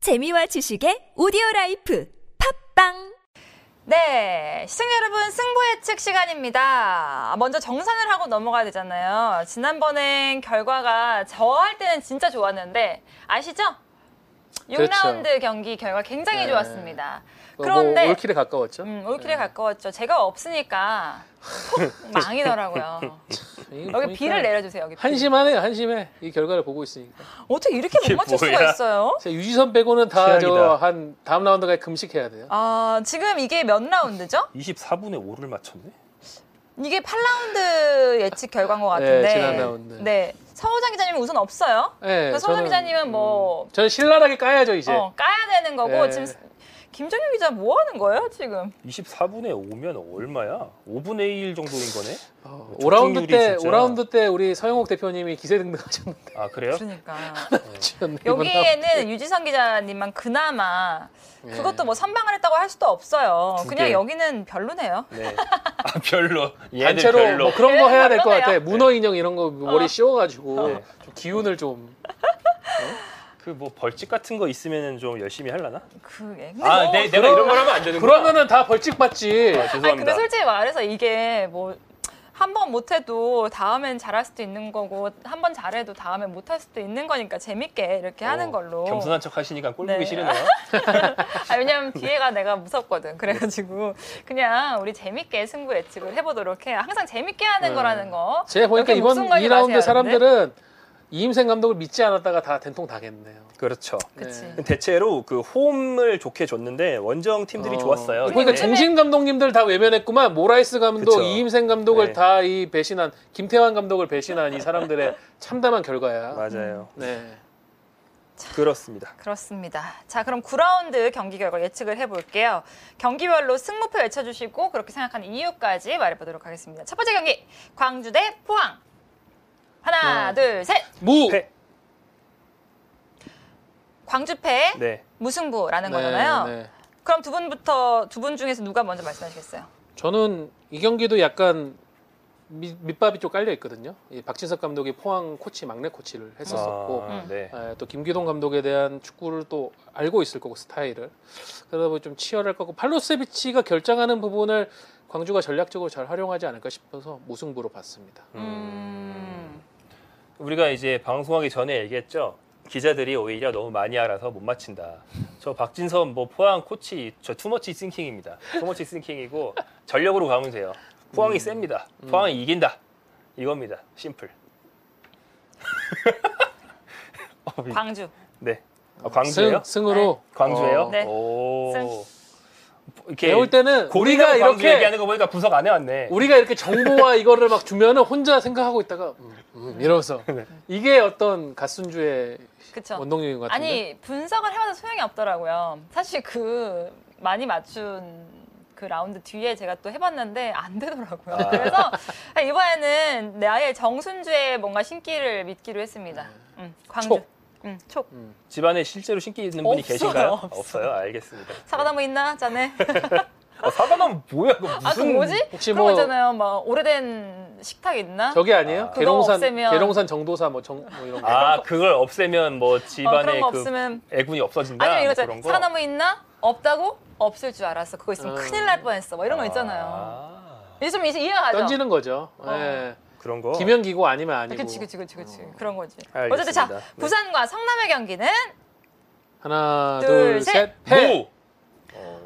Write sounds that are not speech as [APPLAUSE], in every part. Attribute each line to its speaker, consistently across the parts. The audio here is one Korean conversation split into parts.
Speaker 1: 재미와 지식의 오디오 라이프 팝빵
Speaker 2: 네, 시청자 여러분 승부 예측 시간입니다. 먼저 정산을 하고 넘어가야 되잖아요. 지난번엔 결과가 저 할 때는 진짜 좋았는데 아시죠?
Speaker 3: 그렇죠.
Speaker 2: 6라운드 경기 결과 굉장히
Speaker 3: 네.
Speaker 2: 좋았습니다.
Speaker 3: 그런데
Speaker 2: 그런데
Speaker 3: 뭐, 올킬에 네. 가까웠죠.
Speaker 2: 음, 올킬에 가까웠죠. 제가 없으니까
Speaker 3: [LAUGHS]
Speaker 2: 톡 망이더라고요.
Speaker 3: 이게
Speaker 2: 여기
Speaker 3: 보니까
Speaker 2: 비를 내려주세요. 여기 비.
Speaker 3: 그러니까 한심하네요, 한심해. 이 결과를 보고 있으니까.
Speaker 2: 어떻게 이렇게 못
Speaker 4: 이게
Speaker 2: 맞출 수가
Speaker 4: 뭐야?
Speaker 2: 있어요?
Speaker 3: 자, 유지선 빼고는 다 저
Speaker 4: 최악이다.
Speaker 3: 한 다음 라운드까지 금식해야 돼요.
Speaker 2: 아, 지금 이게 몇 라운드죠?
Speaker 4: 24분에 5를 맞췄네.
Speaker 2: 이게 8라운드 예측 결과인 것 같은데.
Speaker 3: 네, 지난 라운드.
Speaker 2: 네. 서호장 기자님은 우선 없어요.
Speaker 3: 네,
Speaker 2: 그래서 서호장
Speaker 3: 저는,
Speaker 2: 기자님은 뭐,
Speaker 3: 음, 저는 신랄하게 까야죠 이제.
Speaker 2: 어, 까야 되는 거고,
Speaker 3: 네.
Speaker 2: 지금 김정현 기자 뭐 하는 거예요, 지금?
Speaker 4: 24분에 5면 얼마야? 5분의 1 정도인 거네.
Speaker 3: 어, 5라운드 때
Speaker 4: 적중률이 진짜.
Speaker 3: 5라운드 때 우리 서영옥 대표님이 기세 등등하셨는데.
Speaker 4: 아 그래요?
Speaker 2: 그러니까.
Speaker 4: 네.
Speaker 3: 지금 이번 라운드.
Speaker 2: 여기에는 유지선 기자님만 그나마
Speaker 3: 예.
Speaker 2: 그것도 뭐 선방을 했다고 할 수도 없어요.
Speaker 4: 두
Speaker 2: 그냥
Speaker 4: 개.
Speaker 2: 여기는 별로네요.
Speaker 4: 네. 아 별로. 얘들
Speaker 3: 단체로
Speaker 4: 별로.
Speaker 3: 뭐 그런 거 해야 될 것
Speaker 2: 별로네요.
Speaker 3: 같아. 문어 인형 이런 거 머리
Speaker 2: 어.
Speaker 3: 씌워가지고
Speaker 4: 네.
Speaker 3: 좀 기운을 좀.
Speaker 4: 그 뭐 벌칙 같은 거 있으면은 좀 열심히 하려나?
Speaker 2: 그게. 근데
Speaker 4: 아,
Speaker 2: 뭐-
Speaker 4: 내, 내가 이런 걸 하면 안 되는 거야.
Speaker 3: 그러면은 다 벌칙 받지.
Speaker 4: 아,
Speaker 2: 아니, 근데
Speaker 4: 죄송합니다.
Speaker 2: 솔직히 말해서 이게 뭐. 한 번 못해도 다음엔 잘할 수도 있는 거고 한 번 잘해도 다음엔 못할 수도 있는 거니까 재밌게 이렇게 하는
Speaker 4: 어,
Speaker 2: 걸로
Speaker 4: 겸손한 척 하시니까 꼴 보기
Speaker 2: 네.
Speaker 4: 싫으네요.
Speaker 2: 아, 왜냐면 뒤에가 내가 무섭거든. 그래가지고 그냥 우리 재밌게 승부 예측을 해보도록 해요. 항상 재밌게 하는
Speaker 3: 네.
Speaker 2: 거라는 거.
Speaker 3: 제가 보니까
Speaker 2: 이렇게
Speaker 3: 이번
Speaker 2: 목숨 걸지
Speaker 3: 2라운드
Speaker 2: 마세요, 여러분들.
Speaker 3: 사람들은 이임생 감독을 믿지 않았다가 다 된통 당했네요.
Speaker 4: 그렇죠.
Speaker 2: 그치.
Speaker 3: 네.
Speaker 4: 대체로 그 홈을 좋게 줬는데 원정 팀들이
Speaker 3: 어.
Speaker 4: 좋았어요.
Speaker 3: 그러니까
Speaker 2: 네.
Speaker 3: 중심 감독님들 다 외면했구만. 모라이스 감독,
Speaker 4: 그쵸.
Speaker 3: 이임생 감독을
Speaker 4: 네.
Speaker 3: 다 이 배신한 김태환 감독을 배신한 이 사람들의 [LAUGHS] 참담한 결과야.
Speaker 4: 맞아요.
Speaker 3: 네.
Speaker 4: 그렇습니다.
Speaker 2: 그렇습니다. 자, 그럼 9라운드 경기 결과 예측을 해볼게요. 경기별로 승무표 외쳐주시고 그렇게 생각하는 이유까지 말해보도록 하겠습니다. 첫 번째 경기 광주 대 포항. 하나,
Speaker 3: 네.
Speaker 2: 둘, 셋.
Speaker 3: 무.
Speaker 4: 패.
Speaker 2: 광주패
Speaker 4: 네.
Speaker 2: 무승부라는
Speaker 3: 네,
Speaker 2: 거잖아요.
Speaker 3: 네.
Speaker 2: 그럼 두 분부터 두 분 중에서 누가 먼저 말씀하시겠어요?
Speaker 3: 저는 이 경기도 약간 밑, 밑밥이 좀 깔려 있거든요. 이 박진석 감독이 포항 코치 막내 코치를 했었었고
Speaker 4: 아, 네.
Speaker 3: 예, 또 김기동 감독에 대한 축구를 또 알고 있을 거고 스타일을 그러다 보니 좀 치열할 거고 팔로세비치가 결정하는 부분을 광주가 전략적으로 잘 활용하지 않을까 싶어서 무승부로 봤습니다.
Speaker 2: 음.
Speaker 4: 우리가 이제 방송하기 전에 얘기했죠. 기자들이 오히려 너무 많이 알아서 못 맞힌다. 저 박진선 뭐 포항 코치 저 투머치 싱킹입니다. 투머치 싱킹이고 전력으로 가면 돼요. 포항이 셉니다. 포항이 이긴다. 이겁니다. 심플. 어, 이-
Speaker 2: 음, 광주.
Speaker 4: 네. 아, 광주예요?
Speaker 3: 승, 으로
Speaker 4: 광주예요?
Speaker 3: 어,
Speaker 2: 네.
Speaker 4: 오. 이렇게
Speaker 3: 배울 때는
Speaker 4: 우리가
Speaker 3: 우리가
Speaker 4: 이렇게
Speaker 3: 이렇게
Speaker 4: 얘기하는 거 보니까 분석 안 해왔네.
Speaker 3: 우리가 이렇게 정보와 [LAUGHS] 이거를 막 주면은 혼자 생각하고 있다가 음, 음,
Speaker 4: [LAUGHS]
Speaker 3: 이러면서
Speaker 4: 네.
Speaker 3: 이게 어떤 갓순주의
Speaker 2: 그쵸.
Speaker 3: 원동력인 것 같은데.
Speaker 2: 아니 분석을 해봐도 소용이 없더라고요. 사실 그 많이 맞춘 그 라운드 뒤에 제가 또 해봤는데 안 되더라고요.
Speaker 4: 아.
Speaker 2: 그래서 [LAUGHS] 이번에는 내 아예 정순주의 뭔가 신기를 믿기로 했습니다. 음, 광주.
Speaker 3: 네. 촉.
Speaker 2: 음, 촉.
Speaker 4: 집안에 실제로 신기 있는 분이
Speaker 2: 없어요,
Speaker 4: 계신가요?
Speaker 2: 없어요.
Speaker 4: 알겠습니다.
Speaker 2: 사과나무 있나?
Speaker 3: [LAUGHS]
Speaker 2: 자네.
Speaker 4: 아, 사과나무 뭐야? 그거 무슨
Speaker 2: 아, 그 뭐지?
Speaker 3: 혹시
Speaker 2: 그런 거
Speaker 3: 뭐-
Speaker 2: 있잖아요. 막 오래된 식탁 있나?
Speaker 3: 저게 아니에요?
Speaker 4: 아.
Speaker 2: 그거
Speaker 3: 계룡산
Speaker 2: 없애면-
Speaker 3: 계룡산 정도사 뭐, 정, 뭐 이런 거.
Speaker 4: 아 그걸 없애면 뭐
Speaker 2: 어,
Speaker 4: 집안에
Speaker 2: 그런 거
Speaker 4: 그
Speaker 2: 없으면
Speaker 4: 애군이 없어진다
Speaker 2: 아니면
Speaker 4: 뭐
Speaker 2: 이거잖아요. 사과나무 있나? 없다고? 없을 줄 알았어. 그거 있으면
Speaker 3: 음.
Speaker 2: 큰일 날 뻔했어. 뭐 이런 거 있잖아요.
Speaker 4: 아,
Speaker 2: 이제 좀 이제 이해가 가죠?
Speaker 3: 던지는 거죠. 예.
Speaker 4: 그런 거
Speaker 3: 기면기고 아니면 아니고.
Speaker 2: 어. 그치, 그치, 그치, 그치. 그런 거지.
Speaker 4: 어. 알겠습니다.
Speaker 2: 어쨌든 자,
Speaker 4: 네.
Speaker 2: 부산과 성남의 경기는
Speaker 3: 하나,
Speaker 2: 둘,
Speaker 3: 둘,
Speaker 2: 셋.
Speaker 3: 셋. 패.
Speaker 4: 모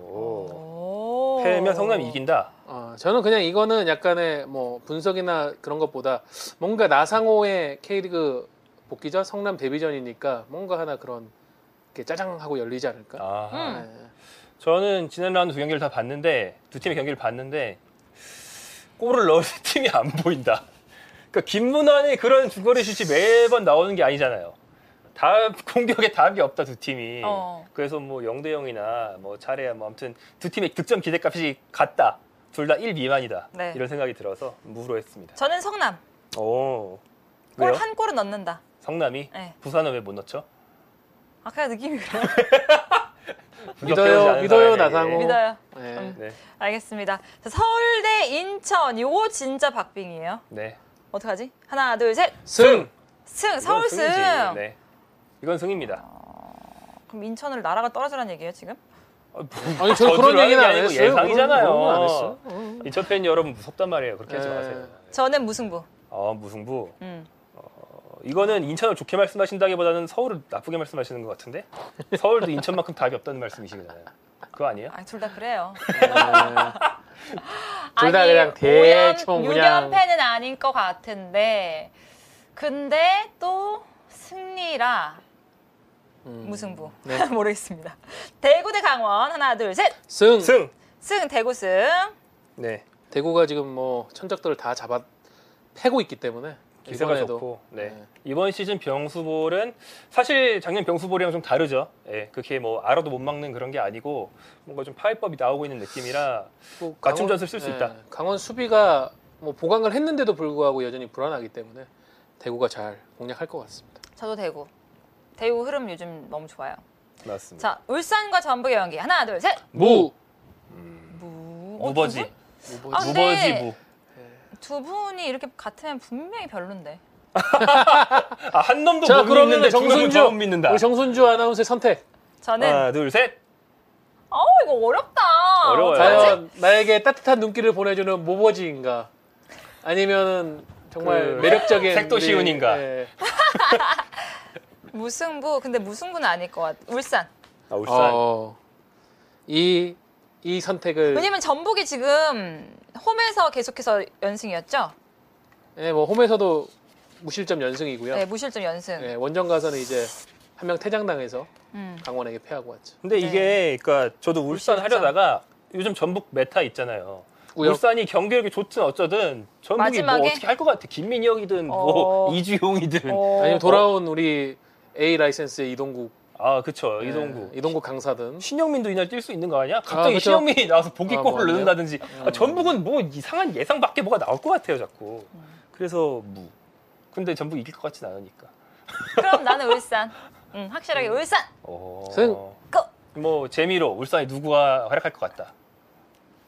Speaker 4: 오.
Speaker 2: 오.
Speaker 4: 패면 성남 이긴다
Speaker 3: 어, 저는 그냥 이거는 약간의 뭐 분석이나 그런 것보다 뭔가 나상호의 K리그 복귀전 성남 데뷔전이니까 뭔가 하나 그런 이렇게 짜장 하고 열리지 않을까?
Speaker 4: 아
Speaker 2: 음.
Speaker 3: 예.
Speaker 4: 저는 지난 라운드 두 경기를 다 봤는데 두 팀의 경기를 봤는데 골을 넣을 [LAUGHS] 팀이 안 보인다 그러니까 김문환의 그런 중거리 슛이 매번 나오는 게 아니잖아요 다 [LAUGHS] 공격에 답이 없다 두 팀이
Speaker 2: 어.
Speaker 4: 그래서 뭐 0대 0이나 뭐 차례야 뭐 아무튼 두 팀의 득점 기대값이 같다 둘 다 1 미만이다
Speaker 2: 네.
Speaker 4: 이런 생각이 들어서 무로 했습니다
Speaker 2: 저는 성남.
Speaker 4: 오.
Speaker 2: 골
Speaker 4: 왜요?
Speaker 2: 한 골은 넣는다.
Speaker 4: 성남이?
Speaker 2: 네.
Speaker 4: 부산은 왜 못 넣죠?
Speaker 2: 아, 그냥 느낌이
Speaker 4: 어.
Speaker 2: 그래요.
Speaker 3: 믿어요,
Speaker 4: 부적절하지 않은
Speaker 3: 믿어요,
Speaker 4: 사람에게.
Speaker 3: 나상호.
Speaker 2: 믿어요.
Speaker 3: 예.
Speaker 2: 음.
Speaker 4: 네,
Speaker 2: 알겠습니다. 자, 서울대 인천. 요거 진짜 박빙이에요.
Speaker 4: 네.
Speaker 2: 어떡하지? 하나, 둘, 셋.
Speaker 3: 승.
Speaker 2: 승.
Speaker 4: 이건
Speaker 2: 그
Speaker 4: 네.
Speaker 2: 서울 승. 어.
Speaker 4: 승이지. 네. 이건 승입니다.
Speaker 2: 그럼 인천을 나라가 떨어지라는 얘기예요 지금?
Speaker 3: 아니 저
Speaker 4: 어, 뭐, 저주를
Speaker 3: 그런 얘기는
Speaker 4: 하는
Speaker 3: 안
Speaker 4: 게 아니고
Speaker 3: 했어요.
Speaker 4: 예상이잖아요.
Speaker 3: 그런 건안 했어요.
Speaker 4: 인천 팬 여러분 무섭단 말이에요. 그렇게 하지
Speaker 3: 예.
Speaker 4: 마세요.
Speaker 2: 저는 무승부.
Speaker 4: 아 무승부.
Speaker 2: 음.
Speaker 4: 어, 이거는 인천을 좋게 말씀하신다기보다는 서울을 나쁘게 말씀하시는 것 같은데 서울도 인천만큼 답이 없다는 말씀이시잖아요. 그거 아니에요?
Speaker 2: 아, 둘 다 그래요.
Speaker 3: 둘다
Speaker 2: 아니,
Speaker 3: 네. 그냥 대충
Speaker 2: 오연-
Speaker 3: 그냥.
Speaker 2: 유연 팬은 아닌 것 같은데 근데 또 승리라
Speaker 3: 음.
Speaker 2: 무승부
Speaker 3: 네.
Speaker 2: [LAUGHS] 모르겠습니다. 대구 대 강원 하나 둘 셋.
Speaker 3: 승.
Speaker 4: 승.
Speaker 2: 승 대구 승.
Speaker 4: 네.
Speaker 3: 대구가 지금 뭐 천적들을 다 잡아 패고 있기 때문에
Speaker 4: 기세가
Speaker 3: 이번에도.
Speaker 4: 좋고 네.
Speaker 3: 네.
Speaker 4: 이번 시즌 병수볼은 사실 작년 병수볼이랑 좀 다르죠. 예, 그렇게 뭐 알아도 못 막는 그런 게 아니고 뭔가 좀 파이법이 나오고 있는 느낌이라
Speaker 3: 또뭐
Speaker 4: 맞춤
Speaker 3: 강원- 네.
Speaker 4: 전술 쓸수 있다.
Speaker 3: 강원 수비가 뭐 보강을 했는데도 불구하고 여전히 불안하기 때문에 대구가 잘 공략할 것 같습니다.
Speaker 2: 저도 대구. 대구 흐름 요즘 너무 좋아요.
Speaker 4: 맞습니다.
Speaker 2: 자 울산과 전북의 경기 하나 둘 셋.
Speaker 3: 무.
Speaker 2: 무. 어,
Speaker 4: 무버지.
Speaker 2: 두
Speaker 3: 무버지.
Speaker 2: 아, 근데-
Speaker 4: 무버지 무.
Speaker 2: 분- 두 분이 이렇게 같으면 분명히 별론데.
Speaker 4: 아, 한 놈도
Speaker 3: 자
Speaker 4: 못 믿는데
Speaker 3: 그러면
Speaker 4: 정승주
Speaker 3: 정순주
Speaker 4: 못 믿는다.
Speaker 3: 우리 정순주 아나운서의 선택.
Speaker 2: 저는
Speaker 4: 하나, 둘, 셋.
Speaker 2: 어 이거 어렵다.
Speaker 4: 아. 어려워요.
Speaker 2: 어떡하지?
Speaker 3: 과연 나에게 따뜻한 눈길을 보내주는 모버지인가 아니면은 정말
Speaker 4: 그
Speaker 3: 매력적인
Speaker 4: 색도
Speaker 3: 우리-
Speaker 4: 시운인가?
Speaker 3: 예.
Speaker 2: 무승부 근데 무승부는 아닐 것 같. 울산.
Speaker 4: 아, 울산.
Speaker 3: 어, 이, 이 선택을
Speaker 2: 왜냐면 전북이 지금 홈에서 계속해서 연승이었죠.
Speaker 3: 예, 뭐 홈에서도 무실점 연승이고요.
Speaker 2: 네 무실점 연승.
Speaker 3: 예, 원정 가서는 이제 한 명 퇴장당해서
Speaker 2: 음.
Speaker 3: 강원에게 패하고 왔죠.
Speaker 4: 근데
Speaker 2: 네.
Speaker 4: 이게 그러니까 저도 울산
Speaker 2: 울산.
Speaker 4: 하려다가 요즘 전북 메타 있잖아요.
Speaker 3: 우혁.
Speaker 4: 울산이 경기력이 좋든 어쩌든 전북이 뭐
Speaker 2: 마지막에?
Speaker 4: 어떻게 할 것 같아. 김민혁이든 뭐
Speaker 2: 어.
Speaker 4: 이주용이든.
Speaker 2: 어,
Speaker 3: 아니면 돌아온 우리 A 라이센스의 이동국,
Speaker 4: 아 그쵸
Speaker 3: 예,
Speaker 4: 이동구.
Speaker 3: 이동국 강사든
Speaker 4: 신영민도 이날 뛸 수 있는 거 아니야? 갑자기
Speaker 3: 그쵸.
Speaker 4: 신영민이 나와서 보기골을
Speaker 3: 아, 뭐
Speaker 4: 넣는다든지. 아, 전북은 뭐 이상한 예상 밖에 뭐가 나올 것 같아요 자꾸. 그래서 무. 근데 전북 이길 것 같진 않으니까.
Speaker 2: 그럼 나는 울산. 음, 확실하게 울산.
Speaker 4: 어.
Speaker 3: 승.
Speaker 2: 고!
Speaker 4: 뭐 재미로 울산이 누구가 활약할 것 같다.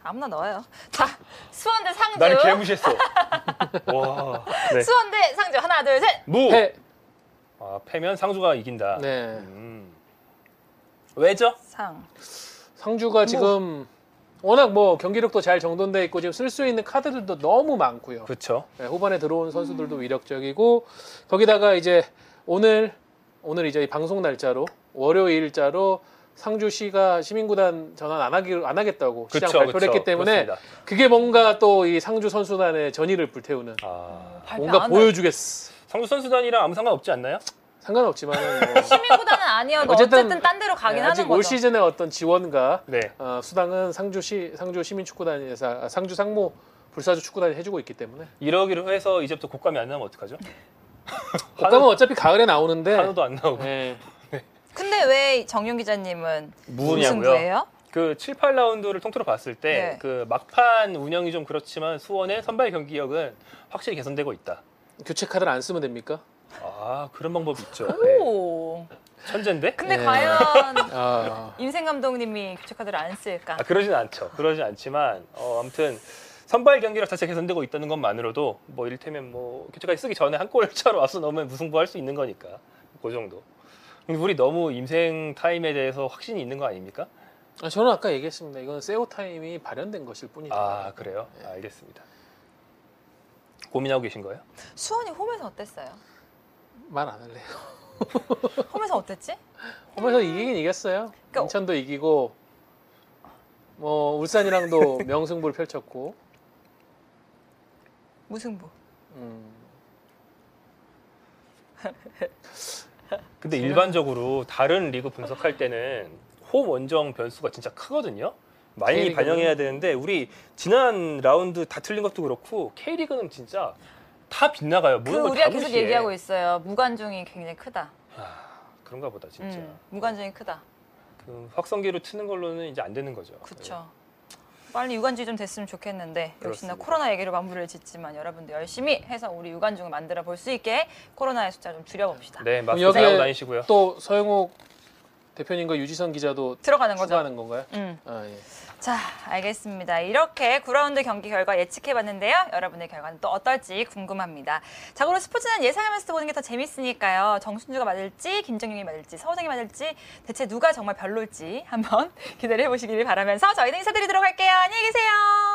Speaker 2: 아무나 넣어요. 자, 수원 대 상주.
Speaker 4: 나를 개무시했어. 와. 네.
Speaker 2: 수원 대 상주 하나 둘 셋.
Speaker 4: 무.
Speaker 3: 패.
Speaker 4: 아, 패면 상주가 이긴다.
Speaker 3: 네.
Speaker 4: 음. 왜죠?
Speaker 2: 상.
Speaker 3: 상주가 지금 워낙 뭐 경기력도 잘 정돈돼 있고 지금 쓸 수 있는 카드들도 너무 많고요.
Speaker 4: 그렇죠.
Speaker 3: 네, 후반에 들어온 선수들도 위력적이고 거기다가 이제 오늘 오늘 이제 이 방송 날짜로 월요일자로 상주시가 시민구단 전환 안 하기 안 하겠다고 시장 발표를 했기 때문에 그게 뭔가 또 이 상주 선수단의 전의를 불태우는
Speaker 4: 아,
Speaker 2: 발표
Speaker 3: 뭔가
Speaker 2: 안
Speaker 3: 보여주겠어
Speaker 4: 상주 선수단이랑 아무 상관 없지 않나요?
Speaker 3: 상관없지만
Speaker 2: 하네. 시민보다는 아니어도
Speaker 3: 어쨌든 네,
Speaker 2: 어쨌든, 딴 데로 가긴 하는
Speaker 3: 아직
Speaker 2: 거죠.
Speaker 3: 올 시즌의 어떤 지원과
Speaker 4: 네.
Speaker 3: 어, 수당은 상주시 상주 시민축구단에서 아, 상주 상무 불사조 축구단이 해주고 있기 때문에
Speaker 4: 이러기로 해서 이제부터 곶감이 안 나면 어떡하죠?
Speaker 3: 국감은 어차피 가을에 나오는데
Speaker 4: 한우도 안 나오고.
Speaker 3: 예.
Speaker 2: 근데 왜 정윤 기자님은
Speaker 4: 무냐고요?
Speaker 2: 무승부예요?
Speaker 4: 그 7, 8라운드를 통틀어 봤을 때
Speaker 2: 네.
Speaker 4: 그 막판 운영이 좀 그렇지만 수원의 선발 경기력은 확실히 개선되고 있다.
Speaker 3: 교체 카드를 안 쓰면 됩니까?
Speaker 4: 아, 그런 방법이 있죠. 네.
Speaker 2: 오.
Speaker 4: 천재인데?
Speaker 2: 근데
Speaker 3: 네. [LAUGHS]
Speaker 2: 과연
Speaker 3: 아,
Speaker 2: 임생 감독님이 교체 카드를 안 쓸까?
Speaker 4: 아, 그러진 않죠. 그러진 않지만 어, 아무튼 선발 경기력 자체 개선되고 있다는 것만으로도 뭐 이를테면 뭐 교체까지 쓰기 전에 한 골 차로 앞서 넣으면 무승부할 수 있는 거니까 그 정도. 근데 우리 너무 임생 타임에 대해서 확신이 있는 거 아닙니까?
Speaker 3: 아, 저는 아까 얘기했습니다. 이건 세오 타임이 발현된 것일 뿐이다.
Speaker 4: 아 그래요?
Speaker 2: 네.
Speaker 4: 알겠습니다. 고민하고 계신 거예요?
Speaker 2: 수원이 홈에서 어땠어요?
Speaker 3: 말 안 할래요.
Speaker 2: 홈에서 어땠지?
Speaker 3: 홈에서 이기긴 이겼어요.
Speaker 2: 그러니까-
Speaker 3: 인천도 이기고 뭐 울산이랑도
Speaker 2: [LAUGHS]
Speaker 3: 명승부를 펼쳤고
Speaker 2: 무승부.
Speaker 3: 음,
Speaker 4: 근데 일반적으로 다른 리그 분석할 때는 홈 원정 변수가 진짜 크거든요. 많이
Speaker 3: K리그는?
Speaker 4: 반영해야 되는데 우리 지난 라운드 다 틀린 것도 그렇고 K리그는 진짜 다 빗나가요.
Speaker 2: 그
Speaker 4: 모든 걸다
Speaker 2: 우리가 계속
Speaker 4: 무시해.
Speaker 2: 얘기하고 있어요. 무관중이 굉장히 크다.
Speaker 4: 그런가 보다 진짜.
Speaker 2: 음, 무관중이 크다.
Speaker 4: 그 확성기로 트는 걸로는 이제 안 되는 거죠.
Speaker 2: 그렇죠. 빨리 유관주 좀 됐으면 좋겠는데 역시나
Speaker 4: 네. 그렇습니다.
Speaker 2: 코로나 얘기로 마무리를 짓지만 여러분들 열심히 해서 우리 유관중을 만들어 볼 수 있게 코로나의 숫자 좀 줄여봅시다.
Speaker 4: 네, 마스크
Speaker 3: 여기에
Speaker 4: 쓰고 다니시고요.
Speaker 3: 또 서영욱 대표님과 유지선 기자도
Speaker 2: 들어가는 거죠.
Speaker 3: 추가하는 건가요?
Speaker 2: 음.
Speaker 3: 아, 예.
Speaker 2: 자, 알겠습니다. 이렇게 9라운드 경기 결과 예측해봤는데요. 여러분의 결과는 또 어떨지 궁금합니다. 자, 그럼 스포츠는 예상하면서 보는 게 더 재밌으니까요. 정순주가 맞을지, 김정용이 맞을지, 서호정이 맞을지, [LAUGHS] 대체 누가 정말 별로일지 한번 기대를 해보시기를 바라면서 저희는 인사드리도록 할게요. 안녕히 계세요.